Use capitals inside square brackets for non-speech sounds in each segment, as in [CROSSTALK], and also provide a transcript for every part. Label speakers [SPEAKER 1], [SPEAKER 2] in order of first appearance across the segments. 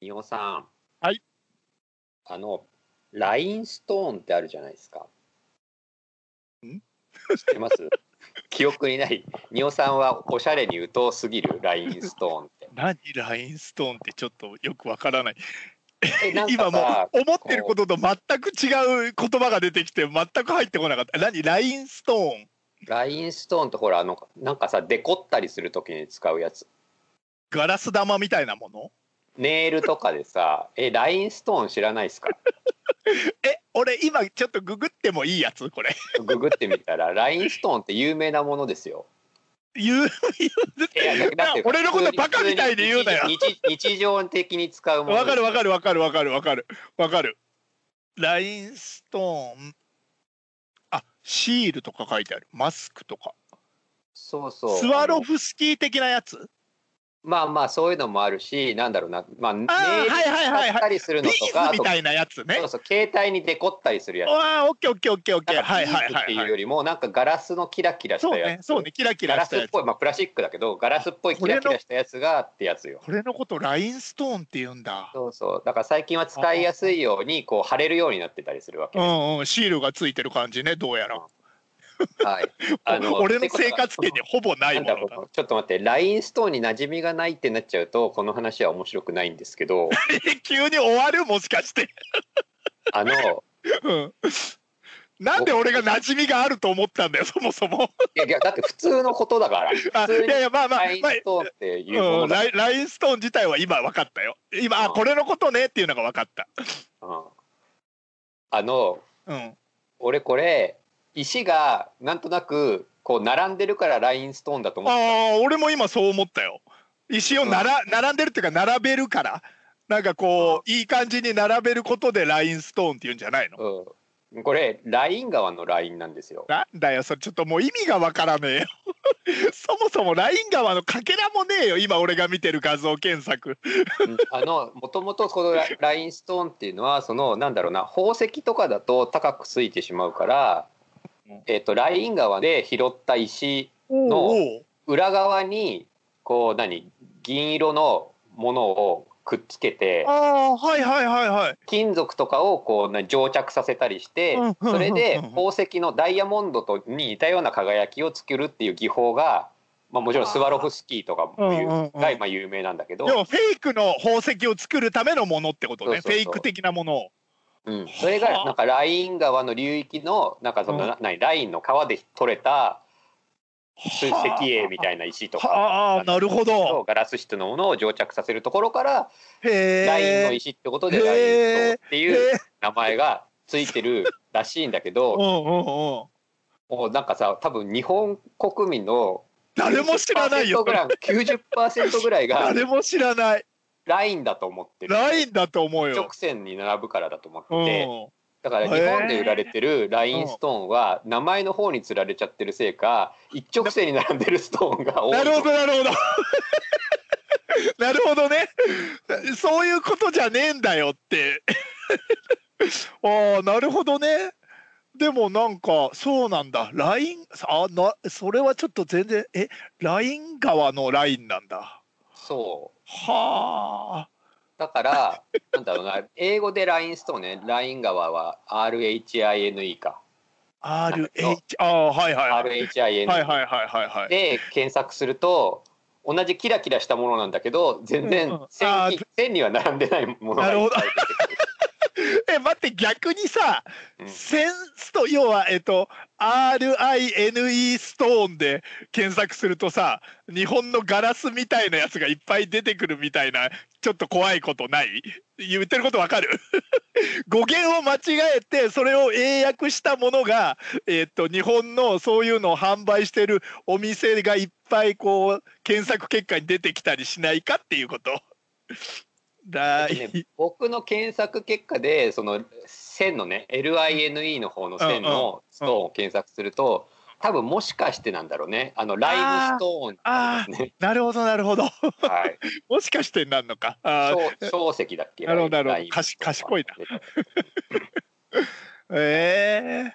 [SPEAKER 1] 伊尾さん。
[SPEAKER 2] はい。
[SPEAKER 1] あの、ラインストーンってあるじゃないですか。
[SPEAKER 2] ん
[SPEAKER 1] 知ってます [LAUGHS] 記憶にない。伊尾さんはおしゃれに疎すぎるラインストーン
[SPEAKER 2] [LAUGHS]
[SPEAKER 1] って。
[SPEAKER 2] 何ラインストーンってちょっとよくわからない
[SPEAKER 1] えなんか
[SPEAKER 2] 今も
[SPEAKER 1] さ
[SPEAKER 2] う思ってることと全く違う言葉が出てきて全く入ってこなかった何ラインストーン
[SPEAKER 1] ラインストーンってほら、あの、なんかさ、デコったりするときに使うやつ。
[SPEAKER 2] ガラス玉みたいなもの
[SPEAKER 1] ネイルとかでさ、え、ラインストーン知らないですか
[SPEAKER 2] え俺今ちょっとググってもいいやつこれ [LAUGHS]
[SPEAKER 1] ググってみたら、ラインストーンって有名なものですよ。
[SPEAKER 2] 言う
[SPEAKER 1] いやだって
[SPEAKER 2] 俺のことバカみたいに言うなよ
[SPEAKER 1] 普通に日日日常的に使うもの。
[SPEAKER 2] わかるわかるわかるわかるわかるわかるラインストーンあシールとか書いてあるマスクとか
[SPEAKER 1] そうそう。
[SPEAKER 2] スワロフスキー的なやつ
[SPEAKER 1] まあまあそういうのもあるし、なんだろうな、まあ、ネイル
[SPEAKER 2] はいはいはいはい
[SPEAKER 1] 使ったりする
[SPEAKER 2] ビ
[SPEAKER 1] の
[SPEAKER 2] ー
[SPEAKER 1] とか、
[SPEAKER 2] ズみたいなやつ
[SPEAKER 1] あ
[SPEAKER 2] ね
[SPEAKER 1] とそうそう携帯にデコったりするやつ。
[SPEAKER 2] ああオッケーオッケーオッケーオッケ
[SPEAKER 1] な
[SPEAKER 2] ー
[SPEAKER 1] んか
[SPEAKER 2] はいはい
[SPEAKER 1] ビーズっ
[SPEAKER 2] は
[SPEAKER 1] て
[SPEAKER 2] い
[SPEAKER 1] いう
[SPEAKER 2] はい
[SPEAKER 1] よりも、なんかガラスのキラキラし
[SPEAKER 2] そう
[SPEAKER 1] たや
[SPEAKER 2] ね
[SPEAKER 1] つ。
[SPEAKER 2] そうねキラキ
[SPEAKER 1] ガ
[SPEAKER 2] ラ
[SPEAKER 1] ラス
[SPEAKER 2] した
[SPEAKER 1] っ
[SPEAKER 2] やつ
[SPEAKER 1] ぽい、まあプラスチックだけど、ガラスっぽいキラキラしたやつがってやつよ。
[SPEAKER 2] これのことラインストーンって言うんだ
[SPEAKER 1] そうそう。だから最近は使いやすいように、こう、貼れるようになってたりするわけ。
[SPEAKER 2] うんうんシールがついてる感じねどうやら
[SPEAKER 1] はい。
[SPEAKER 2] [LAUGHS] 俺の生活圏にほぼない
[SPEAKER 1] なんだ
[SPEAKER 2] もの
[SPEAKER 1] こ
[SPEAKER 2] だ
[SPEAKER 1] のちょっと待って、ラインストーンに馴染みがないってなっちゃうと、この話は面白くないんですけど、
[SPEAKER 2] 急に終わるもしかして
[SPEAKER 1] あの、
[SPEAKER 2] うん [LAUGHS] なんで俺が馴染みがあると思ったんだよそもそも
[SPEAKER 1] いやいや、だって普通のことだ [LAUGHS] から、普
[SPEAKER 2] あ
[SPEAKER 1] 通
[SPEAKER 2] い
[SPEAKER 1] に
[SPEAKER 2] やいやまあまあ、
[SPEAKER 1] ライン
[SPEAKER 2] まあ
[SPEAKER 1] ストーンっていうもの
[SPEAKER 2] うん、
[SPEAKER 1] だ
[SPEAKER 2] ラインラインストーン自体は今分かったよ今あ
[SPEAKER 1] うん
[SPEAKER 2] これのことねっていうのが分かった
[SPEAKER 1] うんあの、
[SPEAKER 2] うん
[SPEAKER 1] 俺これ、石がなんとなく、こう並んでるからラインストーンだと
[SPEAKER 2] あ
[SPEAKER 1] 思って
[SPEAKER 2] あ俺も今そう思ったよ石をなら、並んでるっていうか並べるからなんかこういい感じに並べることでラインストーンっていうんじゃないの
[SPEAKER 1] た、うん、これ、ライン川のラインなん [LAUGHS] ですよ。
[SPEAKER 2] なんだよそれちょっともう意味が分からねえよ [LAUGHS] そもそもライン側のかけらもねえよ今俺が見てる画像検索
[SPEAKER 1] うんあの、もともとこのララインストーンっていうのは、その、なんだろうな、宝石とかだと高くついてしまうから
[SPEAKER 2] うん、
[SPEAKER 1] えっ、と、ライン川で拾った石
[SPEAKER 2] お
[SPEAKER 1] の
[SPEAKER 2] う
[SPEAKER 1] 裏側に、こう、何、銀色のものをくっつけて、
[SPEAKER 2] ああはいはいはいはい
[SPEAKER 1] 金属とかをこうな蒸着させたりして
[SPEAKER 2] うん
[SPEAKER 1] それで
[SPEAKER 2] うん
[SPEAKER 1] 宝石のダイヤモンドとに似たような輝きを作るっていう技法が、まあ、もちろんスワロフスキーとかも有
[SPEAKER 2] うんうんうん
[SPEAKER 1] がまあ有名なんだけど
[SPEAKER 2] 要、はフェイクの宝石を作るためのものってこと
[SPEAKER 1] そ
[SPEAKER 2] ね
[SPEAKER 1] うそうそう
[SPEAKER 2] フェイク的なものを
[SPEAKER 1] うん、それがなんかライン川の流域のなんかその
[SPEAKER 2] うん
[SPEAKER 1] なないラインの川で取れたす
[SPEAKER 2] はあ
[SPEAKER 1] 石英みたいな石とか
[SPEAKER 2] はあなるほど
[SPEAKER 1] ガラス質のものを蒸着させるところから
[SPEAKER 2] へえ
[SPEAKER 1] ラインの石ってことで
[SPEAKER 2] へー
[SPEAKER 1] ライン島って
[SPEAKER 2] へ
[SPEAKER 1] いう
[SPEAKER 2] え
[SPEAKER 1] 名前がついてるらしいんだけ
[SPEAKER 2] うん
[SPEAKER 1] ど
[SPEAKER 2] うんうん
[SPEAKER 1] もうなんかさ多分日本国民の
[SPEAKER 2] 誰も知らない
[SPEAKER 1] 90%
[SPEAKER 2] よ
[SPEAKER 1] ぐらい90%ぐらいが
[SPEAKER 2] 誰も知らない
[SPEAKER 1] ラインだと思ってる
[SPEAKER 2] ラインだと思う
[SPEAKER 1] 直
[SPEAKER 2] よ、
[SPEAKER 1] 線に並ぶからだと思
[SPEAKER 2] う
[SPEAKER 1] っ
[SPEAKER 2] ん、
[SPEAKER 1] てだから日本で売られてるラインストーンは名前の方につられちゃってるせいか一直線に並んでるストーンが多い
[SPEAKER 2] なるほどなるほど [LAUGHS] なるほどねそういうことじゃねえんだよって [LAUGHS] ああなるほどねでもなんかそうなんだラインあなそれはちょっと全然えライン側のラインなんだ
[SPEAKER 1] そう
[SPEAKER 2] はあ
[SPEAKER 1] だからなんだろうな英語でラインストーンねライン川は RHINE か
[SPEAKER 2] RH ああはいはいはい
[SPEAKER 1] RHINE
[SPEAKER 2] はいはいはいはいはい
[SPEAKER 1] で検索すると同じキラキラしたものなんだけど全
[SPEAKER 2] うんう
[SPEAKER 1] 然
[SPEAKER 2] ん
[SPEAKER 1] 線
[SPEAKER 2] あ
[SPEAKER 1] に,、
[SPEAKER 2] ー
[SPEAKER 1] 線には並んでないものがいっぱい
[SPEAKER 2] [LAUGHS] え待って逆にさ
[SPEAKER 1] 出てくる、
[SPEAKER 2] センスと要はえっと RINE ストーンで検索するとさ日本のガラスみたいなやつがいっぱい出てくるみたいなちょっと怖いことない言ってることわかる [LAUGHS] 語源を間違えてそれを英訳したものが、えっと日本のそういうのを販売してるお店がいっぱいこう検索結果に出てきたりしないかっていうこと。だ
[SPEAKER 1] えっとね僕の検索結果でその線のね LINE の方の線のストーンを検索すると多分もしかしてなんだろうねあのライムスト
[SPEAKER 2] ああ
[SPEAKER 1] ーンね
[SPEAKER 2] なるほどなるほど
[SPEAKER 1] はい
[SPEAKER 2] もしかしてなんのか [LAUGHS] あー
[SPEAKER 1] 小小石だっけ
[SPEAKER 2] なるほどなるほど
[SPEAKER 1] ライムストーンは
[SPEAKER 2] 賢いええ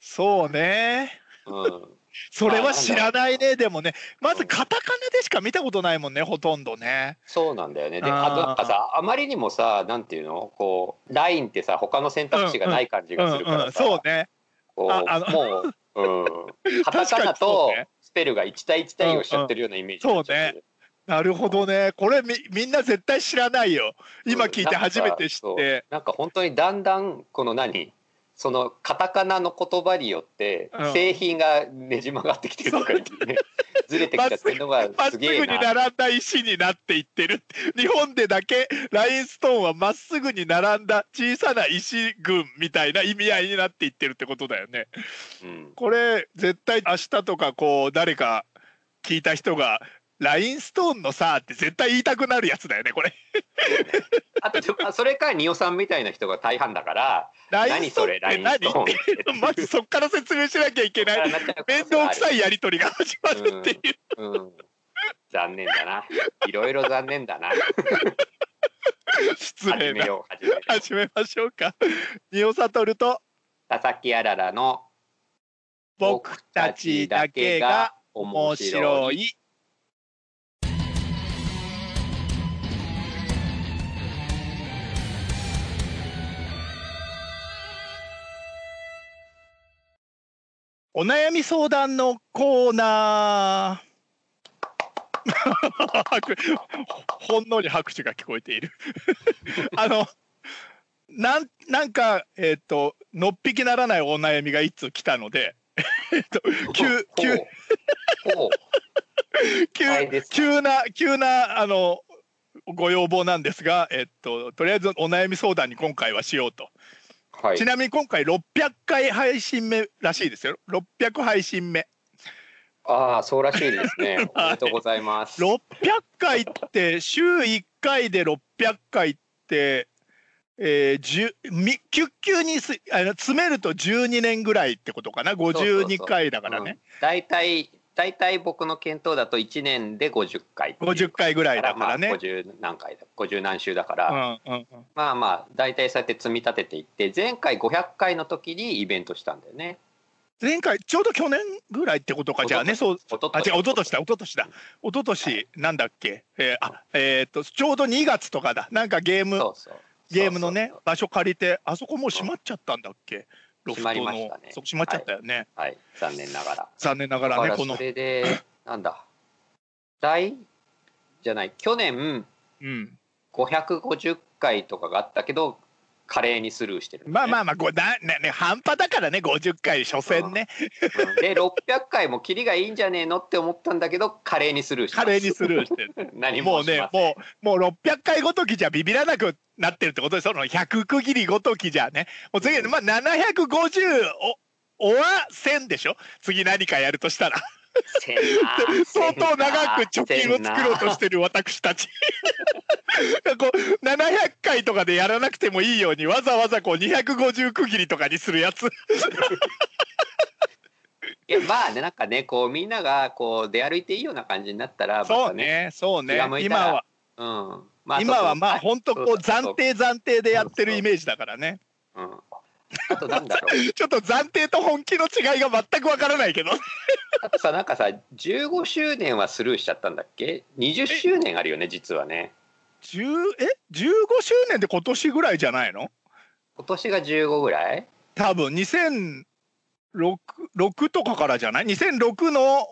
[SPEAKER 2] そうね
[SPEAKER 1] うん
[SPEAKER 2] それは知らないねでもねまずカタカナでしか見たことないもんねほとんどね
[SPEAKER 1] そうなんだよね。で、
[SPEAKER 2] あー
[SPEAKER 1] あとなんかさ、あまりにもさ、なんていうの、こう、ラインってさ、他の選択肢がない感じ
[SPEAKER 2] う
[SPEAKER 1] が
[SPEAKER 2] ん
[SPEAKER 1] するか
[SPEAKER 2] う
[SPEAKER 1] ら
[SPEAKER 2] ん
[SPEAKER 1] さ、
[SPEAKER 2] そうね
[SPEAKER 1] こ
[SPEAKER 2] ああの
[SPEAKER 1] う、もう、
[SPEAKER 2] [LAUGHS]
[SPEAKER 1] うん、カタ
[SPEAKER 2] 確か
[SPEAKER 1] カ
[SPEAKER 2] に
[SPEAKER 1] ナ
[SPEAKER 2] そ
[SPEAKER 1] と
[SPEAKER 2] うね
[SPEAKER 1] スペルが1対1対をしちゃってるようなイメージになっちゃってる。
[SPEAKER 2] なるほどねこれみみんな絶対知らないよ今聞いて初めて知っ
[SPEAKER 1] うんなん
[SPEAKER 2] て
[SPEAKER 1] か。そうなんか本当にだんだん、この何そのカタカナの言葉によって
[SPEAKER 2] うん
[SPEAKER 1] 製品がねじ曲がってきてるとか言ってね、ずれてきちゃってるのが
[SPEAKER 2] まっ
[SPEAKER 1] す
[SPEAKER 2] すぐ
[SPEAKER 1] げえ
[SPEAKER 2] に
[SPEAKER 1] な。
[SPEAKER 2] 並んだ石になっていってる日本でだけラインストーンはまっすぐに並んだ小さな石群みたいな意味合いになっていってるってことだよね
[SPEAKER 1] うん
[SPEAKER 2] これ絶対明日とかこう誰か聞いた人が「ラインストーンのさ」って絶対言いたくなるやつだよねこれ。
[SPEAKER 1] あと [LAUGHS] あそれかニオさんみたいな人が大半だから
[SPEAKER 2] ライン
[SPEAKER 1] 何
[SPEAKER 2] スト
[SPEAKER 1] そ
[SPEAKER 2] ーン
[SPEAKER 1] れ
[SPEAKER 2] っ
[SPEAKER 1] ラ
[SPEAKER 2] て
[SPEAKER 1] インストーン
[SPEAKER 2] 何 [LAUGHS]
[SPEAKER 1] って
[SPEAKER 2] ってまずそっから説明しなきゃいけない [LAUGHS] 面倒くさいやり取りが始まるっていう。
[SPEAKER 1] うん残念だな。いろいろ残念だな。
[SPEAKER 2] 失
[SPEAKER 1] 始
[SPEAKER 2] 礼
[SPEAKER 1] め
[SPEAKER 2] な。
[SPEAKER 1] よう、始めよう。
[SPEAKER 2] 始めましょうか。 [LAUGHS] ニオサトルと
[SPEAKER 1] 佐々木あららの
[SPEAKER 2] 僕たちだけが面白い。お悩み相談のコーナ [LAUGHS] ー。拍ほんのり拍手が聞こえている。 [LAUGHS] あのなんなんか、えっとのっぴきならないお悩みが一通来たので、えっと急急
[SPEAKER 1] ほうほ
[SPEAKER 2] 急
[SPEAKER 1] はいです
[SPEAKER 2] 急な急なあのご要望なんですが、えっと、とりあえずお悩み相談に今回はしようと、
[SPEAKER 1] うはい
[SPEAKER 2] ち。なみに今回600回配信目らしいですよ600配信目
[SPEAKER 1] ああ、そうらしいです
[SPEAKER 2] [LAUGHS]
[SPEAKER 1] ね。おめでとうございます。
[SPEAKER 2] 600回って週1回で600回って、えー、10みキュッキュにすあの詰めると12年ぐらいってことかな
[SPEAKER 1] そうそう
[SPEAKER 2] 52
[SPEAKER 1] そう
[SPEAKER 2] 回だからね
[SPEAKER 1] うん。大体、大体僕の検討だと1年で50回。
[SPEAKER 2] 50回ぐらいだから
[SPEAKER 1] まあ
[SPEAKER 2] ね。
[SPEAKER 1] 50何回だ、50何週だか
[SPEAKER 2] う
[SPEAKER 1] ら、
[SPEAKER 2] んうんうん
[SPEAKER 1] まあまあ、大体そうやって積み立てていって、前回500回の時にイベントしたんだよね。
[SPEAKER 2] 前回ちょうど去年ぐらいってことかじゃあねそう
[SPEAKER 1] おと
[SPEAKER 2] あ違う一昨年だ
[SPEAKER 1] う
[SPEAKER 2] 一昨年だ一昨年なんだっけ、えーあえーっとちょうど2月とかだなんかゲーム
[SPEAKER 1] そうそう
[SPEAKER 2] ゲームのね
[SPEAKER 1] そうそう
[SPEAKER 2] 場所借りてあそこもう閉まっちちゃったんだっけロフトの
[SPEAKER 1] 閉まりましたね
[SPEAKER 2] そこ閉まっちゃったよね、
[SPEAKER 1] そうはい残念ながら
[SPEAKER 2] 残念なが
[SPEAKER 1] だ
[SPEAKER 2] ら
[SPEAKER 1] か
[SPEAKER 2] ね
[SPEAKER 1] ら
[SPEAKER 2] この
[SPEAKER 1] そ、れでなんだ大じゃない去年
[SPEAKER 2] うん、
[SPEAKER 1] 550回とかがあったけど華麗にスルーしてる、
[SPEAKER 2] まあま
[SPEAKER 1] あ、
[SPEAKER 2] あまあごな、ねね、半端だからね50回所詮ね
[SPEAKER 1] うんで600回もキリがいいんじゃねえのって思ったんだけど華麗にスルーして
[SPEAKER 2] 華麗にスルーして
[SPEAKER 1] [LAUGHS] 何
[SPEAKER 2] も
[SPEAKER 1] も
[SPEAKER 2] う
[SPEAKER 1] し
[SPEAKER 2] ね
[SPEAKER 1] ません
[SPEAKER 2] もうもう600回ごときじゃビビらなくなってるってことでその100区切りごときじゃねもう次、まあ、750おおは1000でしょ次何かやるとしたら。
[SPEAKER 1] せんな
[SPEAKER 2] 相当長く貯金を作ろうとしててる私た [LAUGHS] ちこう700回とかでやらなくてもいいようにわざわざこう250区切りとかにするやつ
[SPEAKER 1] いやまあねなんかねこうみんながこう出歩いていいような感じになったらまた
[SPEAKER 2] そうねそう
[SPEAKER 1] 気
[SPEAKER 2] ね
[SPEAKER 1] が向いた
[SPEAKER 2] 今
[SPEAKER 1] ら
[SPEAKER 2] は、
[SPEAKER 1] うんまあ
[SPEAKER 2] 今はま
[SPEAKER 1] そ
[SPEAKER 2] あ
[SPEAKER 1] う
[SPEAKER 2] 本当こう
[SPEAKER 1] そうそうそう
[SPEAKER 2] 暫定暫定でやってるイメージだからね
[SPEAKER 1] うんあとなんだろう
[SPEAKER 2] ちょっと暫定と本気の違いが全くわからないけど
[SPEAKER 1] あとさなんかさ15周年はスルーしちゃったんだっけ20周年あるよね実はね
[SPEAKER 2] 10え15周年で今年ぐらいじゃないの
[SPEAKER 1] 今年が15ぐらい
[SPEAKER 2] 多分2006 6とかからじゃない2006の、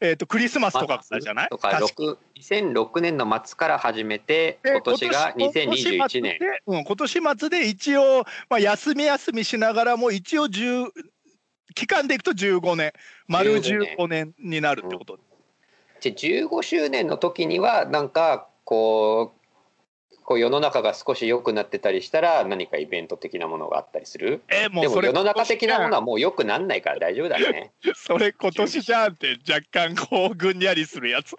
[SPEAKER 2] えー、とクリスマスとかからじゃない
[SPEAKER 1] とか
[SPEAKER 2] 確か
[SPEAKER 1] 6 2006年の末から始めて今年が
[SPEAKER 2] 今年末
[SPEAKER 1] 2021
[SPEAKER 2] で
[SPEAKER 1] 年、
[SPEAKER 2] うん、今年末で一応、まあ、休み休みしながらも一応10期間でいくと15年丸15年になるってこと、
[SPEAKER 1] じゃあ15周年の時にはなんかこうこう世の中が少し良くなってたりしたら何かイベント的なものがあったりする
[SPEAKER 2] えも
[SPEAKER 1] で
[SPEAKER 2] うそ
[SPEAKER 1] も
[SPEAKER 2] れ
[SPEAKER 1] 世の中的なもの
[SPEAKER 2] は
[SPEAKER 1] はもう良くなんないから大丈夫だね
[SPEAKER 2] それ今年じゃんって若干こうぐんやりするやつ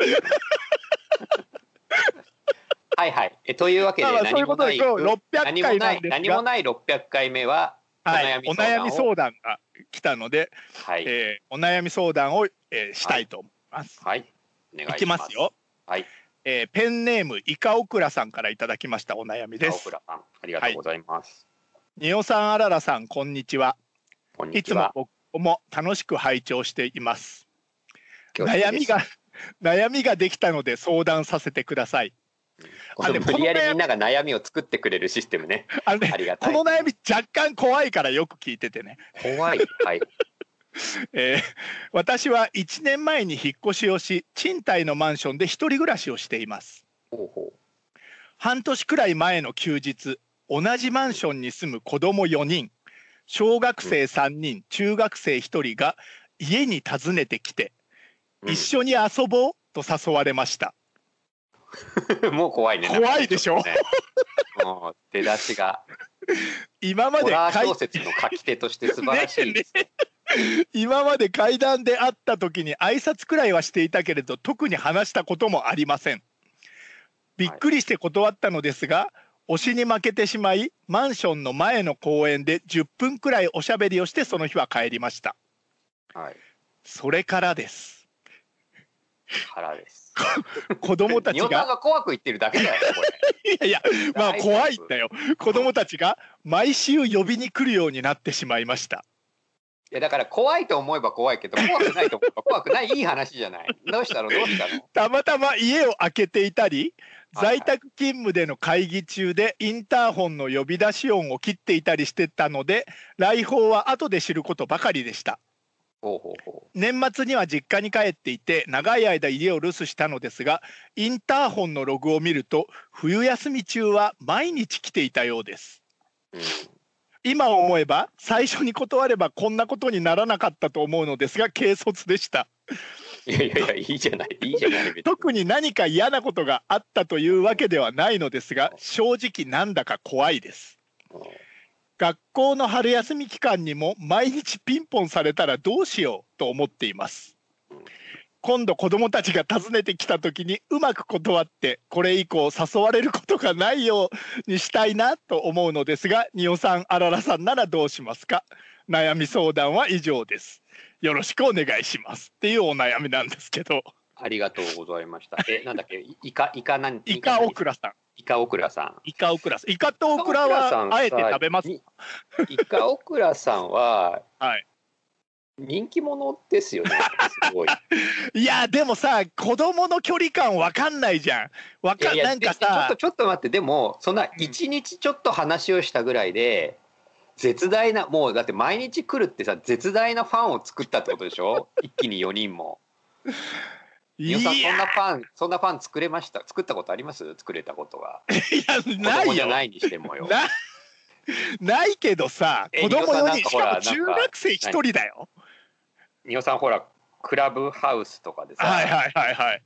[SPEAKER 1] はいはいえというわけで
[SPEAKER 2] まあまあそうい
[SPEAKER 1] 何
[SPEAKER 2] うこ
[SPEAKER 1] も
[SPEAKER 2] と
[SPEAKER 1] な
[SPEAKER 2] で
[SPEAKER 1] い
[SPEAKER 2] 今日600
[SPEAKER 1] 何も
[SPEAKER 2] 回
[SPEAKER 1] な
[SPEAKER 2] なん
[SPEAKER 1] い
[SPEAKER 2] です
[SPEAKER 1] 何
[SPEAKER 2] が
[SPEAKER 1] もない600回目は
[SPEAKER 2] はいお
[SPEAKER 1] お
[SPEAKER 2] 悩
[SPEAKER 1] 悩
[SPEAKER 2] み
[SPEAKER 1] み
[SPEAKER 2] 相
[SPEAKER 1] 相
[SPEAKER 2] 談が来たので、
[SPEAKER 1] はい、
[SPEAKER 2] えーお悩み相談を、えーしたいと思います。
[SPEAKER 1] はい。お願い
[SPEAKER 2] いきますよ。。
[SPEAKER 1] はい。
[SPEAKER 2] えーペンネームイカオクラさんからいただきましたお悩みで
[SPEAKER 1] 青
[SPEAKER 2] す。
[SPEAKER 1] 倉さん、ありがとうございます。
[SPEAKER 2] ニオさんあららさんこんにちは。
[SPEAKER 1] こんに
[SPEAKER 2] い
[SPEAKER 1] ち
[SPEAKER 2] つも
[SPEAKER 1] は。
[SPEAKER 2] ぼも楽しく拝聴しています。
[SPEAKER 1] 恐縮です
[SPEAKER 2] 悩みが [LAUGHS] 悩みができたので相談させてください。
[SPEAKER 1] この
[SPEAKER 2] あでも
[SPEAKER 1] 無理やりみんなが悩みを作ってくれるシステムね
[SPEAKER 2] あのね
[SPEAKER 1] ありがた
[SPEAKER 2] こ
[SPEAKER 1] い
[SPEAKER 2] の悩み若干怖いからよく聞いててね、
[SPEAKER 1] 怖いはい
[SPEAKER 2] えー私は1年前に引っ越しをし賃貸のマンションで一人暮らしをしています
[SPEAKER 1] ほうほ
[SPEAKER 2] 半年くらい前の休日同じマンションに住む子供4人小学生3人中学生1人が家に訪ねてきて
[SPEAKER 1] う、うん
[SPEAKER 2] 一緒に遊ぼうと誘われました、
[SPEAKER 1] もう怖いね
[SPEAKER 2] 怖いでしょ
[SPEAKER 1] なんかちっとねもう出だしが
[SPEAKER 2] 今ま
[SPEAKER 1] ホ
[SPEAKER 2] で
[SPEAKER 1] ラー
[SPEAKER 2] 階
[SPEAKER 1] 小説の書き手として素晴らしいですね
[SPEAKER 2] 今まで階段で会った時に挨拶くらいはしていたけれど特に話したこともありませんびっくりして断ったのですが、推しに負けてしまいマンションの前の公園で10分くらいおしゃべりをしてその日は帰りました
[SPEAKER 1] はい
[SPEAKER 2] それからです
[SPEAKER 1] 腹です
[SPEAKER 2] 子供たち
[SPEAKER 1] [LAUGHS] 仁
[SPEAKER 2] が
[SPEAKER 1] が怖く言ってるだけだよこれ
[SPEAKER 2] いやいやまあ
[SPEAKER 1] 大丈夫
[SPEAKER 2] 怖いんだよ子供たちが毎週呼びに来るようになってしまいました
[SPEAKER 1] いやだから怖いと思えば怖いけど怖くないと思えば怖くないいい話じゃないどうしたのどうしたの
[SPEAKER 2] たまたま家を空けていたり
[SPEAKER 1] はいはい
[SPEAKER 2] 在宅勤務での会議中でインターホンの呼び出し音を切っていたりしてたので来訪は後で知ることばかりでした
[SPEAKER 1] ほうほうほ
[SPEAKER 2] 年末には実家に帰っていて長い間家を留守したのですがインターホンのログを見ると冬休み中は毎日来ていたようです
[SPEAKER 1] う、うん、
[SPEAKER 2] 今思えば最初に断ればこんなことにならなかったと思うのですが軽率でした
[SPEAKER 1] いやいやいやいいじゃないいいじゃない別に
[SPEAKER 2] 特に何か嫌なことがあったというわけではないのですが正直なんだか怖いです
[SPEAKER 1] うん
[SPEAKER 2] 学校の春休み期間にも毎日ピンポンされたらどうしようと思っています今度子供たちが訪ねてきた時にうまく断ってこれ以降誘われることがないようにしたいなと思うのですがにおさんあららさんならどうしますか悩み相談は以上ですよろしくお願いしますっていうお悩みなんですけど
[SPEAKER 1] ありがとうございました。え、なんだっけ、いイカ、イカなん、
[SPEAKER 2] イカオク
[SPEAKER 1] ラ。
[SPEAKER 2] ラさん
[SPEAKER 1] イカオクラさん。
[SPEAKER 2] イカオクラスイカとオクラはあえて食べます。
[SPEAKER 1] にイカオクラさんは
[SPEAKER 2] はい、
[SPEAKER 1] 人気者ですよね。すごい。
[SPEAKER 2] いやでもさ子供の距離感わかん [LAUGHS] ないじゃんわ
[SPEAKER 1] い
[SPEAKER 2] か
[SPEAKER 1] やいや
[SPEAKER 2] なんか
[SPEAKER 1] ちょっ
[SPEAKER 2] さ
[SPEAKER 1] と、ちょっと待って、でも、そんな一日ちょっと話をしたぐらいで。絶大な、もうだって毎日来るってさ、絶大なファンを作ったってことでしょ一気に4人も。
[SPEAKER 2] い
[SPEAKER 1] 皆
[SPEAKER 2] や
[SPEAKER 1] さん、そんなファン、そんなファン作れました。作ったことあります作れたことが。
[SPEAKER 2] いや
[SPEAKER 1] 子
[SPEAKER 2] [LAUGHS] な
[SPEAKER 1] 供
[SPEAKER 2] い
[SPEAKER 1] じゃ
[SPEAKER 2] [LAUGHS] よな
[SPEAKER 1] ないにしてもよ。
[SPEAKER 2] ないけどさ
[SPEAKER 1] え
[SPEAKER 2] 子供4
[SPEAKER 1] ニ
[SPEAKER 2] 人
[SPEAKER 1] コさ
[SPEAKER 2] し
[SPEAKER 1] んな
[SPEAKER 2] か
[SPEAKER 1] んかほら
[SPEAKER 2] も中
[SPEAKER 1] なんか
[SPEAKER 2] 学生一人だよ
[SPEAKER 1] ニオさん、ほら、クラブハウスとかでさ。
[SPEAKER 2] はいはいはいはい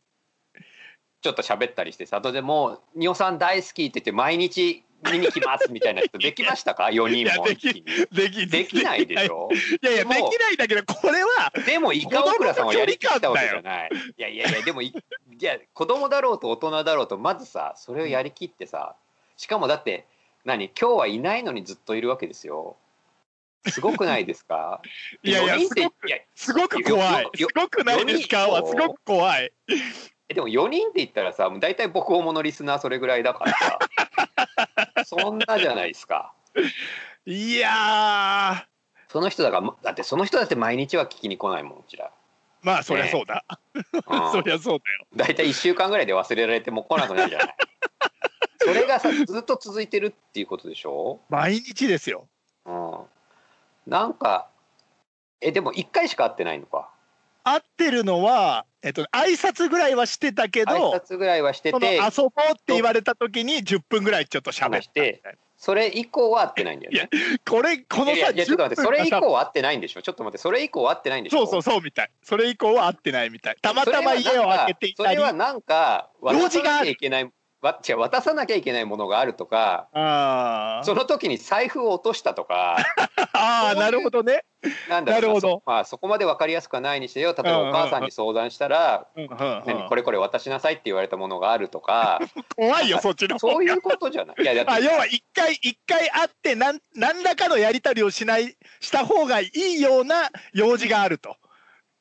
[SPEAKER 1] ちょっと喋ったりしてさ、とでも、におさん大好きって言って、毎日見に来ますみたいな人、できましたか、4人も
[SPEAKER 2] [LAUGHS] いやでき
[SPEAKER 1] 一気に。
[SPEAKER 2] でき
[SPEAKER 1] できないでしょ。
[SPEAKER 2] いやいや
[SPEAKER 1] で
[SPEAKER 2] で
[SPEAKER 1] も
[SPEAKER 2] きないんだけどこれは
[SPEAKER 1] でも、イカオクラさんはやりきったわけじゃない。いやいやいや、でも、いいや、子供だろうと大人だろうと、まずさ、それをやりきってさ、しかもだって、何、今日はいないのにずっといるわけですよ。すごくないですか
[SPEAKER 2] [LAUGHS] いやいや
[SPEAKER 1] 四人っていや
[SPEAKER 2] すごく怖い
[SPEAKER 1] よよ
[SPEAKER 2] すごくないですか
[SPEAKER 1] よ
[SPEAKER 2] はすごく怖い
[SPEAKER 1] えでも4人って言ったらさもう大体僕ものリスナーそれぐらいだから
[SPEAKER 2] [LAUGHS]
[SPEAKER 1] さそんなじゃないですか
[SPEAKER 2] いや
[SPEAKER 1] その人だからまだってその人だって毎日は聞きに来ないもんうちら
[SPEAKER 2] ーまあそりゃそうだ、
[SPEAKER 1] うん
[SPEAKER 2] [LAUGHS] そりゃそうだよ
[SPEAKER 1] 大体1週間ぐらいで忘れられてもう来なくなるじ
[SPEAKER 2] [LAUGHS]
[SPEAKER 1] ゃないそれがさずっと続いてるっていうことでしょ、
[SPEAKER 2] 毎日ですよ
[SPEAKER 1] うん、なんかえでも1回しか会ってないのか
[SPEAKER 2] 合ってるのは、えっと、挨拶ぐらいはしてたけ
[SPEAKER 1] 挨
[SPEAKER 2] ど、
[SPEAKER 1] 拶ぐらいはして
[SPEAKER 2] その
[SPEAKER 1] て
[SPEAKER 2] 遊ぼうって言われた時に10分ぐらいちょっと喋っ
[SPEAKER 1] 話
[SPEAKER 2] た
[SPEAKER 1] し
[SPEAKER 2] みたい
[SPEAKER 1] てそれ以降は会ってないんだよね
[SPEAKER 2] な。これ、この
[SPEAKER 1] いや
[SPEAKER 2] さ、
[SPEAKER 1] いやちょっと待ってそれ以
[SPEAKER 2] 10分がさ
[SPEAKER 1] 降は会ってないんでしょちょっと待ってそれ以降は会ってないんでしょ
[SPEAKER 2] そうそうそうみたい。それ以降は会ってないみたい。たまたま家を開けていた
[SPEAKER 1] そ
[SPEAKER 2] り
[SPEAKER 1] れ。はなんかそれはなんか渡さ
[SPEAKER 2] 用事が
[SPEAKER 1] な
[SPEAKER 2] あ
[SPEAKER 1] きゃ
[SPEAKER 2] る
[SPEAKER 1] いけないわ違う渡さなきゃいけないものがあるとか
[SPEAKER 2] あー
[SPEAKER 1] その時に財布を落としたとか
[SPEAKER 2] [LAUGHS] あー、なるほどね。
[SPEAKER 1] なんだろう
[SPEAKER 2] なるほど
[SPEAKER 1] そまあ、そこまで分かりやすくはないにしてよ例えば
[SPEAKER 2] うん
[SPEAKER 1] お
[SPEAKER 2] うんうん
[SPEAKER 1] 母さんに相談したら
[SPEAKER 2] うんうん
[SPEAKER 1] 「
[SPEAKER 2] う
[SPEAKER 1] 何
[SPEAKER 2] ん
[SPEAKER 1] これこれ渡しなさい」って言われたものがあるとか
[SPEAKER 2] 怖いよ、そっちの方
[SPEAKER 1] そうい
[SPEAKER 2] が。
[SPEAKER 1] うことじゃない。
[SPEAKER 2] [LAUGHS]
[SPEAKER 1] いやだって
[SPEAKER 2] あ要は一回一回会ってなん何らかのやり取りをしないした方がいいような用事があると。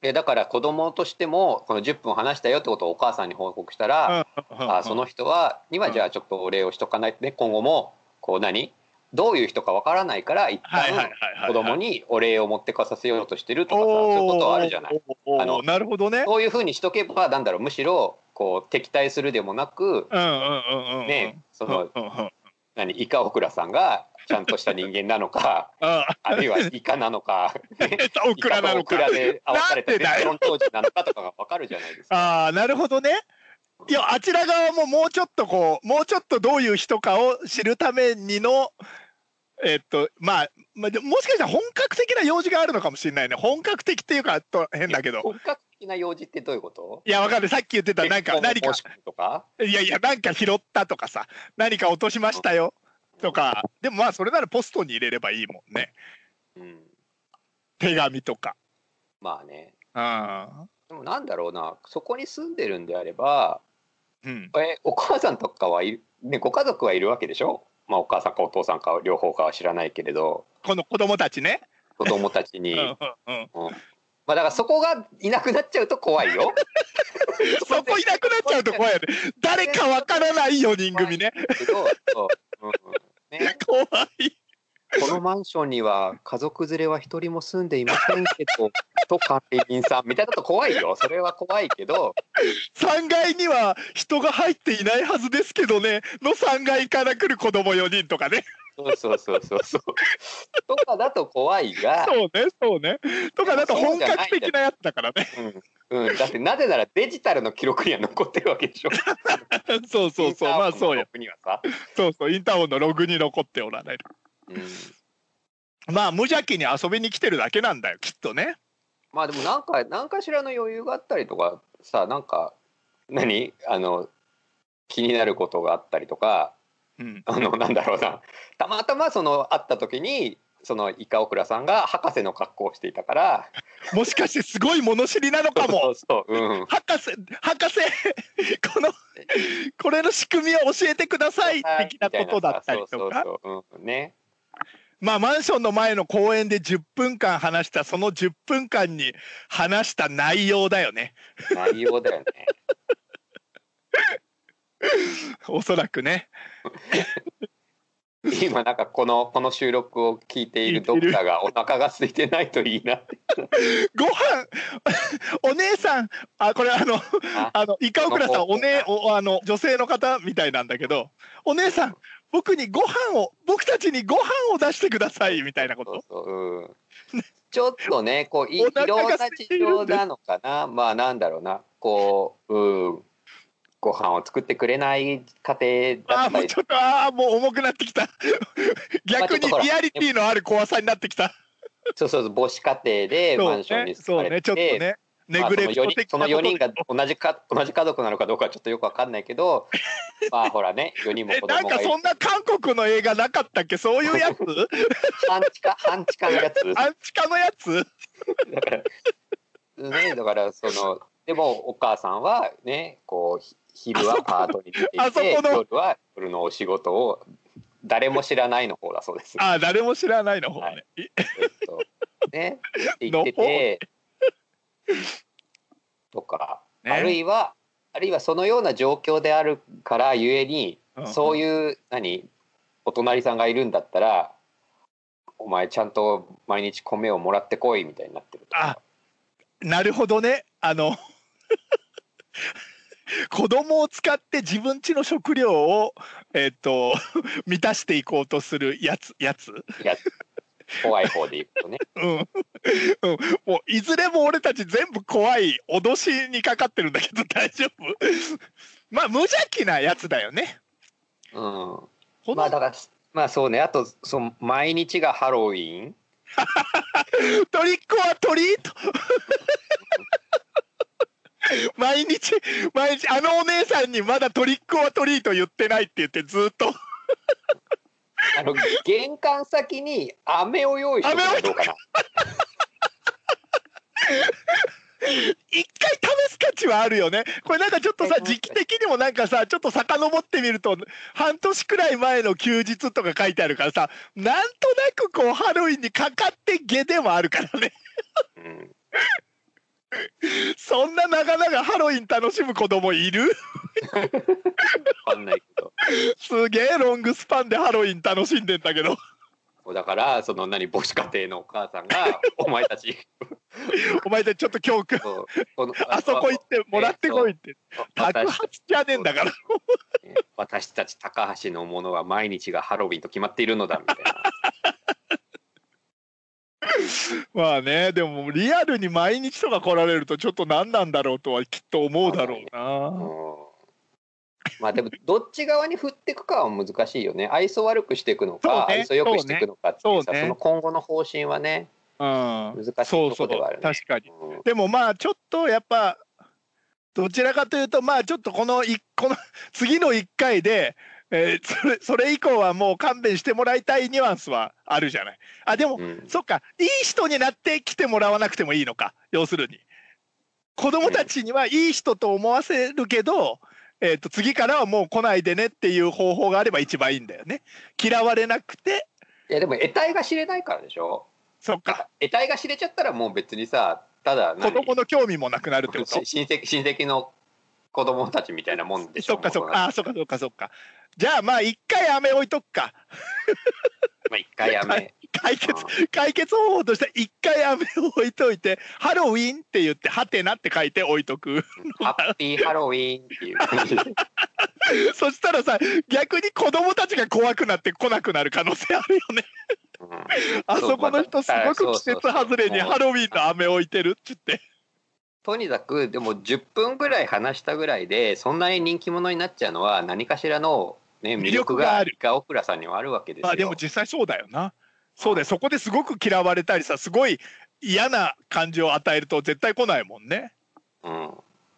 [SPEAKER 1] いやだから子供としてもこの10分話したよってことをお母さんに報告したら、
[SPEAKER 2] うんうんうん
[SPEAKER 1] あその人はにはじゃあちょっとお礼をしとかないとね今後もこう何どういう人かわからないから一
[SPEAKER 2] はいはいはい
[SPEAKER 1] 旦
[SPEAKER 2] はいはい
[SPEAKER 1] 子供にお礼を持ってかさせようとしてるとかさ
[SPEAKER 2] おー
[SPEAKER 1] そういうことはあるじゃない。
[SPEAKER 2] おー
[SPEAKER 1] あの
[SPEAKER 2] なるほどね
[SPEAKER 1] そういうふうにしとけばなんだろうむしろこう敵対するでもなく
[SPEAKER 2] うんうんうんうん
[SPEAKER 1] ねその
[SPEAKER 2] うんうんうん
[SPEAKER 1] 何イカオクラさんがちゃんとした人間なの
[SPEAKER 2] [LAUGHS]
[SPEAKER 1] か
[SPEAKER 2] あ
[SPEAKER 1] あるいはイカなのか
[SPEAKER 2] えっとオ
[SPEAKER 1] イ
[SPEAKER 2] ク
[SPEAKER 1] カ
[SPEAKER 2] ラな
[SPEAKER 1] と
[SPEAKER 2] の
[SPEAKER 1] オク
[SPEAKER 2] か
[SPEAKER 1] ラで合わされた
[SPEAKER 2] なんでだよ
[SPEAKER 1] ベロン当時なのかとかがわかるじゃないですか。
[SPEAKER 2] ああなるほどねいやあちら側ももうちょっとこうもうちょっとどういう人かを知るためにのえっとまあ、まあ、でももしかしたら本格的な用事があるのかもしれないね本格的っていうかと変だけど
[SPEAKER 1] 本格的な用事ってどういうこと
[SPEAKER 2] いやわかるさっき言ってたなん
[SPEAKER 1] 結
[SPEAKER 2] か
[SPEAKER 1] 婚の
[SPEAKER 2] 何か
[SPEAKER 1] 申し込みとか
[SPEAKER 2] いやいやなんか拾ったとかさ何か落としましたよとかでもまあそれならポストに入れればいいもんね
[SPEAKER 1] うん、
[SPEAKER 2] 手紙とか
[SPEAKER 1] まあね
[SPEAKER 2] あ
[SPEAKER 1] でもなんだろうなそこに住んでるんであれば
[SPEAKER 2] ーうん
[SPEAKER 1] えお母さんとかはいる、ね、ご家族はいるわけでしょ、まあ、お母さんかお父さんか両方かは知らないけれど
[SPEAKER 2] この子供たちね
[SPEAKER 1] 子供たちに、
[SPEAKER 2] [LAUGHS] うんうん
[SPEAKER 1] ま
[SPEAKER 2] うん
[SPEAKER 1] あだからそこがいなくなっちゃうと怖いよ
[SPEAKER 2] [LAUGHS] そこいなくなっちゃうと怖いよね誰かわからない4人組ね
[SPEAKER 1] けどそう、うんうんね、
[SPEAKER 2] 怖い
[SPEAKER 1] このマンションには家族連れは一人も住んでいませんけ
[SPEAKER 2] [LAUGHS]
[SPEAKER 1] どと管理人さんみたいなと怖いよそれは怖いけど
[SPEAKER 2] 3階には人が入っていないはずですけどねの3階から来る子供4人とかね
[SPEAKER 1] そうそうそうそうそうとかだと怖いが
[SPEAKER 2] そうねそうねとかだと本格的なやつだからね [LAUGHS]
[SPEAKER 1] うん、うん、だってなぜならデジタルの記録には残ってるわけでしょ。
[SPEAKER 2] そうそうそうまあそう
[SPEAKER 1] イン
[SPEAKER 2] や
[SPEAKER 1] ターホンの記録にはさ、
[SPEAKER 2] そうそうインターホンのログに残っておられる
[SPEAKER 1] うん。
[SPEAKER 2] まあ無邪気に遊びに来てるだけなんだよきっとね
[SPEAKER 1] まあでもなんか何かしらの余裕があったりとかさなんか何あの気になることがあったりとか
[SPEAKER 2] うん
[SPEAKER 1] あのなんだろうなたまたまその会った時にそのイカオクラさんが博士の格好をしていたから
[SPEAKER 2] もしかしてすごい物知りなのかも
[SPEAKER 1] そうそううん
[SPEAKER 2] 博士博士このこれの仕組みを教えてください的なことだったりと
[SPEAKER 1] み
[SPEAKER 2] か
[SPEAKER 1] いなさそうそうそう、うん、ね
[SPEAKER 2] まあマンションの前の公園で10分間話したその10分間に話した内容だよね
[SPEAKER 1] 内容だよね
[SPEAKER 2] おそらくね
[SPEAKER 1] 今なんかこのこの収録を聞いているドクターがお腹が空いてないといいなって
[SPEAKER 2] ご飯お姉さんあこれあの
[SPEAKER 1] あ
[SPEAKER 2] あのイカオクラさ
[SPEAKER 1] こ
[SPEAKER 2] ん
[SPEAKER 1] の
[SPEAKER 2] お,、ね、おあの女性の方みたいなんだけどお姉さん僕にご飯を僕たちにご飯を出してくださいみたいなこ
[SPEAKER 1] そう
[SPEAKER 2] と
[SPEAKER 1] そう、うん、ちょっとねこういい
[SPEAKER 2] お腹
[SPEAKER 1] ろん
[SPEAKER 2] が
[SPEAKER 1] な
[SPEAKER 2] 空いて
[SPEAKER 1] 事
[SPEAKER 2] いる
[SPEAKER 1] 情
[SPEAKER 2] んです
[SPEAKER 1] なのかなまあなんだろうなこう、うん、ご飯を作ってくれない家庭だ
[SPEAKER 2] あ
[SPEAKER 1] っ
[SPEAKER 2] ーも
[SPEAKER 1] た
[SPEAKER 2] う
[SPEAKER 1] り
[SPEAKER 2] ちょっとあーもう重くなってき
[SPEAKER 1] [LAUGHS]
[SPEAKER 2] た逆にリアリティのある怖さになってきた
[SPEAKER 1] そうそうそう母子家庭でマンションに住
[SPEAKER 2] そう
[SPEAKER 1] ま
[SPEAKER 2] ね
[SPEAKER 1] れ
[SPEAKER 2] ちょ
[SPEAKER 1] て
[SPEAKER 2] っとねネ
[SPEAKER 1] まあ
[SPEAKER 2] グレク
[SPEAKER 1] その
[SPEAKER 2] ト
[SPEAKER 1] 4人
[SPEAKER 2] 的
[SPEAKER 1] そ
[SPEAKER 2] な
[SPEAKER 1] の
[SPEAKER 2] こと
[SPEAKER 1] 4人が同じか同じ家族なのかどうかはちょっとよくわかんないけど
[SPEAKER 2] [LAUGHS]
[SPEAKER 1] まあほらね4人も
[SPEAKER 2] え
[SPEAKER 1] 子供が
[SPEAKER 2] ないん
[SPEAKER 1] る
[SPEAKER 2] かそんな韓国の映画なかったっけそういうやつ
[SPEAKER 1] 半地下半地下のやつ
[SPEAKER 2] [LAUGHS] アンチカのやつ
[SPEAKER 1] だから、ね、だからそのでもお母さんはねこうひ昼はパートに出てい
[SPEAKER 2] あそ
[SPEAKER 1] て
[SPEAKER 2] この
[SPEAKER 1] 夜は夜のお仕事を誰も知らないの方だそうです。
[SPEAKER 2] あー誰も知らないの方ね、
[SPEAKER 1] はいえっとねって言っててとか、
[SPEAKER 2] ね
[SPEAKER 1] あるいはあるいはそのような状況であるからゆえに、
[SPEAKER 2] うん
[SPEAKER 1] そういう何お隣さんがいるんだったらお前ちゃんと毎日米をもらってこいみたいになってるとか。
[SPEAKER 2] あなるほどねあの [LAUGHS] 子供を使って自分家の食料をえっ、と [LAUGHS] 満たしていこうとするやつやつ
[SPEAKER 1] いや怖い方で言うと
[SPEAKER 2] [LAUGHS]
[SPEAKER 1] ね
[SPEAKER 2] うん、うん、もういずれも俺たち全部怖い脅しにかかってるんだけど大丈夫 [LAUGHS] まあ無邪気なやつだよね
[SPEAKER 1] うん
[SPEAKER 2] この
[SPEAKER 1] まあだからまあそうねあとその毎日がハロウィーン
[SPEAKER 2] トリックはトリート [LAUGHS] 毎日毎日あのお姉さんにまだトリックはトリート言ってないって言ってずっと
[SPEAKER 1] あの玄関先に飴を用意してくれどうかな
[SPEAKER 2] 一回試す価値はあるよねこれなんかちょっとさ
[SPEAKER 1] はい
[SPEAKER 2] 時期的にもなんかさちょっと遡ってみると半年くらい前の休日とか書いてあるからさなんとなくこうハロウィンにかかって下でもあるからね
[SPEAKER 1] うん
[SPEAKER 2] そんな長々ハロウィン楽しむ子供いる
[SPEAKER 1] わかんないけど
[SPEAKER 2] すげえロングスパンでハロウィン楽しんでんだけど
[SPEAKER 1] そうだからその何母子家庭のお母さん
[SPEAKER 2] [LAUGHS]
[SPEAKER 1] が「お前たち
[SPEAKER 2] お前たちちょっと教訓
[SPEAKER 1] そうこの
[SPEAKER 2] [LAUGHS] あそこ行ってもらってこいって宅
[SPEAKER 1] 私
[SPEAKER 2] 発じゃねえんだから
[SPEAKER 1] ね私たち高橋のものは毎日がハロウィンと決まっているのだみたい
[SPEAKER 2] [LAUGHS]
[SPEAKER 1] な
[SPEAKER 2] まあねでもリアルに毎日とか来られるとちょっと何なんだろうとはきっと思うだろう
[SPEAKER 1] う
[SPEAKER 2] な。
[SPEAKER 1] んまあでもどっち側に振っていくかは難しいよね愛想悪くしていくの
[SPEAKER 2] そうね
[SPEAKER 1] か、愛想良くしていくのかっていう
[SPEAKER 2] そ
[SPEAKER 1] さ
[SPEAKER 2] う
[SPEAKER 1] そ
[SPEAKER 2] ね
[SPEAKER 1] の今後の方針はね
[SPEAKER 2] うん、
[SPEAKER 1] 難しい
[SPEAKER 2] そう
[SPEAKER 1] と
[SPEAKER 2] そ
[SPEAKER 1] こ
[SPEAKER 2] う
[SPEAKER 1] ではあるね。
[SPEAKER 2] 確かに。
[SPEAKER 1] うん
[SPEAKER 2] でもまあちょっとやっぱどちらかというとまあちょっとこのいこの [LAUGHS] 次の1回で、えーそれそれ以降はもう勘弁してもらいたいニュアンスはあるじゃない。あでも、
[SPEAKER 1] うん
[SPEAKER 2] そっかいい人になって来てもらわなくてもいいのか要するに子供たちにはいい人と思わせるけど、えー、と次からはもう来ないでねっていう方法があれば一番いいんだよね嫌われなくて
[SPEAKER 1] いやでも得体が知れないからでしょ
[SPEAKER 2] そっか
[SPEAKER 1] 得体が知れちゃったらもう別にさただ
[SPEAKER 2] 子
[SPEAKER 1] 何
[SPEAKER 2] 供の興味もなくなるってこ
[SPEAKER 1] し
[SPEAKER 2] と
[SPEAKER 1] 親戚親戚の子供たちみたいなもんでしょ
[SPEAKER 2] そっかそっ
[SPEAKER 1] もう
[SPEAKER 2] かあそっかそっかそっかじゃあまあ一回飴置いとくか
[SPEAKER 1] まあ一回やめ
[SPEAKER 2] 解決
[SPEAKER 1] う
[SPEAKER 2] 解決方法として一回飴を置いといてハロウィンって言ってハテナって書いて置いとく [LAUGHS]
[SPEAKER 1] ハッピーハロウィーンっていう感じで
[SPEAKER 2] そしたらさ逆に子供たちが怖くなって来なくなる可能性あるよ [LAUGHS] ね
[SPEAKER 1] うん
[SPEAKER 2] あそこの人すごく季節外れに
[SPEAKER 1] そうそうそう
[SPEAKER 2] ハロウィンの飴置いてるっつって
[SPEAKER 1] とにかくでも10分ぐらい話したぐらいでそんなに人気者になっちゃうのは何かしらの、ね、
[SPEAKER 2] 魅
[SPEAKER 1] 魅
[SPEAKER 2] 力
[SPEAKER 1] 力
[SPEAKER 2] があ
[SPEAKER 1] が
[SPEAKER 2] る
[SPEAKER 1] ガオクラさんにはあるわけですよ。
[SPEAKER 2] まあでも実際そうだよなそうだよそこですごく嫌われたりさすごい嫌な感じを与えると絶対来ないもんね
[SPEAKER 1] うん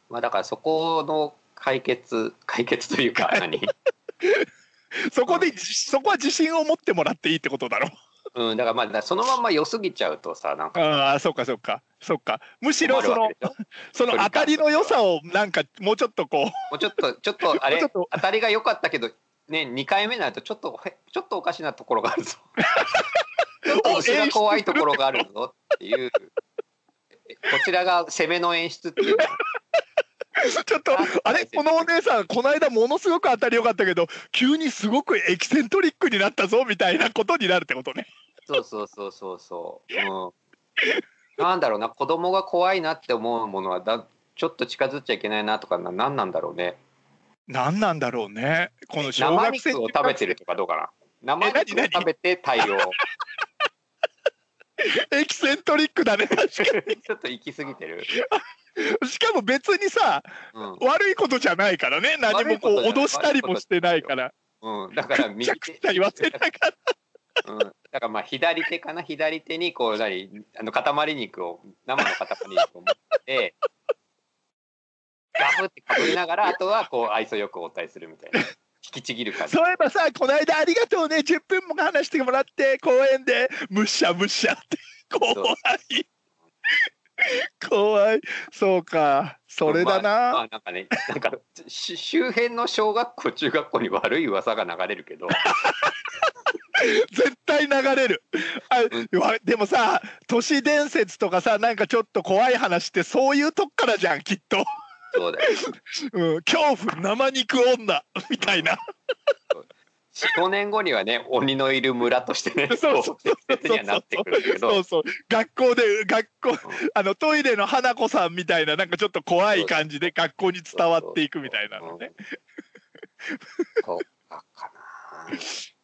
[SPEAKER 1] まあ、だからそこの解決解決というか何、
[SPEAKER 2] そこでそこは自信を持ってもらっていいってことだろ
[SPEAKER 1] うん、だからまあだからそのまんま良すぎちゃうとさなんか
[SPEAKER 2] ああそうかそうかそうかむしろ
[SPEAKER 1] 困る
[SPEAKER 2] そ
[SPEAKER 1] わ
[SPEAKER 2] の
[SPEAKER 1] けでしょ
[SPEAKER 2] その当たりの良さをなんかもうちょっとこう [LAUGHS]
[SPEAKER 1] もうちょっとちょっとあれ
[SPEAKER 2] もうちょっ
[SPEAKER 1] 当たりが良かったけどね2回目になるとちょっとへちょっとおかしなところがある
[SPEAKER 2] [LAUGHS]
[SPEAKER 1] ぞちょっと牛が怖いところがあるぞっていうえこちらが攻めの演出っていうか
[SPEAKER 2] ちょっとあれこのお姉さんこの間ものすごく当たり良かったけど急にすごくエキセントリックになったぞみたいなことになるってこ
[SPEAKER 1] [LAUGHS]
[SPEAKER 2] とね。
[SPEAKER 1] そうそうそうそうそう。うん、なんだろうな子供が怖いなって思うものはだちょっと近づっちゃいけないなとかな何なんだろうね。
[SPEAKER 2] なんなんだろうねこの小
[SPEAKER 1] 生
[SPEAKER 2] 学生
[SPEAKER 1] 肉を食べてるとかどうかな。
[SPEAKER 2] え
[SPEAKER 1] 生
[SPEAKER 2] 何
[SPEAKER 1] 肉を食べて対応。
[SPEAKER 2] エキセントリックだね確か
[SPEAKER 1] [LAUGHS] ちょっと行き過ぎてる。
[SPEAKER 2] にしかも別にさ
[SPEAKER 1] う
[SPEAKER 2] 悪いことじゃないからね何もこう
[SPEAKER 1] 悪いことじゃない
[SPEAKER 2] 脅したりもしてないから
[SPEAKER 1] ん、うん、だから
[SPEAKER 2] くっ
[SPEAKER 1] 右
[SPEAKER 2] ちゃくっちゃ言わせなかった
[SPEAKER 1] うん、だからまあ左手かな左手にこう何あの塊肉を生の塊肉を持って。ガブってかぶりながらあとはこう愛想よく応対するみたいな引きちぎる感じ
[SPEAKER 2] そういえばさこの間ありがとうね10分も話してもらって公園でむっしゃむっしゃって
[SPEAKER 1] そ
[SPEAKER 2] 怖
[SPEAKER 1] うそう
[SPEAKER 2] い怖いそうかそれだな、
[SPEAKER 1] まあ、まあなんかねなんかし周辺の小学校中学校に悪い噂が流れるけど
[SPEAKER 2] 絶対流れるあ、わでもさ都市伝説とかさなんかちょっと怖い話ってそういうとこからじゃんきっと、
[SPEAKER 1] そうだよ
[SPEAKER 2] うん、恐怖生肉女みたいな
[SPEAKER 1] 45年後にはね鬼のいる村としてね
[SPEAKER 2] そうそうそう
[SPEAKER 1] 説にはなってくるんだけ
[SPEAKER 2] そ
[SPEAKER 1] ど
[SPEAKER 2] うそう学校で学校あのトイレの花子さんみたいななんかちょっと怖い感じで学校に伝わっていくみたいなのね。
[SPEAKER 1] そうかか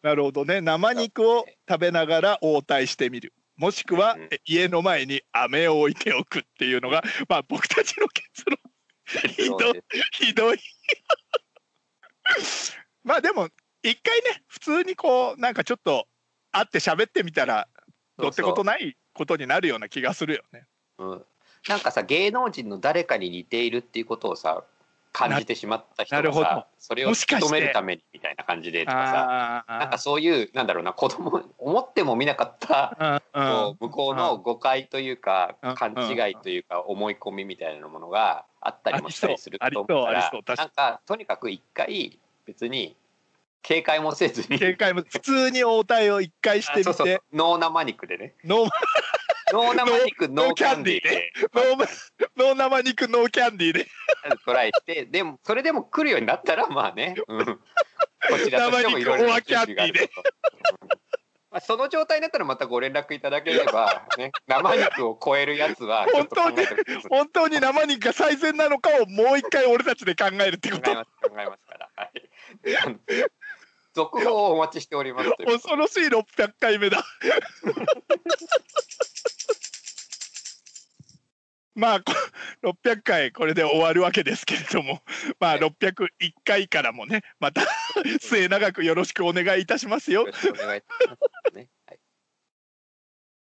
[SPEAKER 2] なるほどね生肉を食べながら応対してみるもしくは、
[SPEAKER 1] うん
[SPEAKER 2] え家の前に飴を置いておくっていうのが、まあ、僕たちの結論
[SPEAKER 1] な
[SPEAKER 2] ひどいひどい [LAUGHS] まあでも一回ね普通にこうなんかちょっと会って喋ってみたらどうってこと
[SPEAKER 1] な
[SPEAKER 2] ないことになるような気がするよね。
[SPEAKER 1] うん、なんかさ芸能人の誰かに似ているっていうことをさ感じてしまった人
[SPEAKER 2] なる
[SPEAKER 1] が
[SPEAKER 2] ほど
[SPEAKER 1] さそれを
[SPEAKER 2] もしか
[SPEAKER 1] 突
[SPEAKER 2] し
[SPEAKER 1] き
[SPEAKER 2] て
[SPEAKER 1] 止めるためにみたいな感じでとかさ
[SPEAKER 2] あー
[SPEAKER 1] なんかそういうなんだろうな子供思っても見なかった
[SPEAKER 2] うんうん
[SPEAKER 1] こう向こうの誤解というか
[SPEAKER 2] うん
[SPEAKER 1] 勘違いというか思い込みみたいなものがあったりもしたりする
[SPEAKER 2] あり
[SPEAKER 1] と
[SPEAKER 2] そう
[SPEAKER 1] 思うか
[SPEAKER 2] あり
[SPEAKER 1] ら
[SPEAKER 2] そうありそう確か
[SPEAKER 1] なんかとにかく一回別に警戒もせずに
[SPEAKER 2] 警戒も普通に応対を一回して
[SPEAKER 1] あそう
[SPEAKER 2] み
[SPEAKER 1] そう
[SPEAKER 2] て
[SPEAKER 1] ノー生肉でね
[SPEAKER 2] ノー
[SPEAKER 1] ノー生肉ノーキャンディーで
[SPEAKER 2] ノーノー生肉ノーキャンディーで
[SPEAKER 1] トライして [LAUGHS] でもそれでも来るようになったらまあね、うん、こちらとしてもいろいろな種類があると
[SPEAKER 2] 生肉オアキャンディーで
[SPEAKER 1] うんまあ、その状態だったらまたご連絡いただけれ [LAUGHS] ば、ね、生肉を超えるやつはちょっと考えておきます
[SPEAKER 2] [LAUGHS] 本当に生肉が最善なのかをもう一回俺たちで考えるってこ
[SPEAKER 1] 考え
[SPEAKER 2] と
[SPEAKER 1] ます考えますから、はい、あの続報をお待ちしておりますという
[SPEAKER 2] 恐ろしい600回目だ [LAUGHS] まあこ600回これで終わるわけですけれどもまあ601回からもねまた末永くよろしくお願いいたしますよ
[SPEAKER 1] よろしくお願いしますね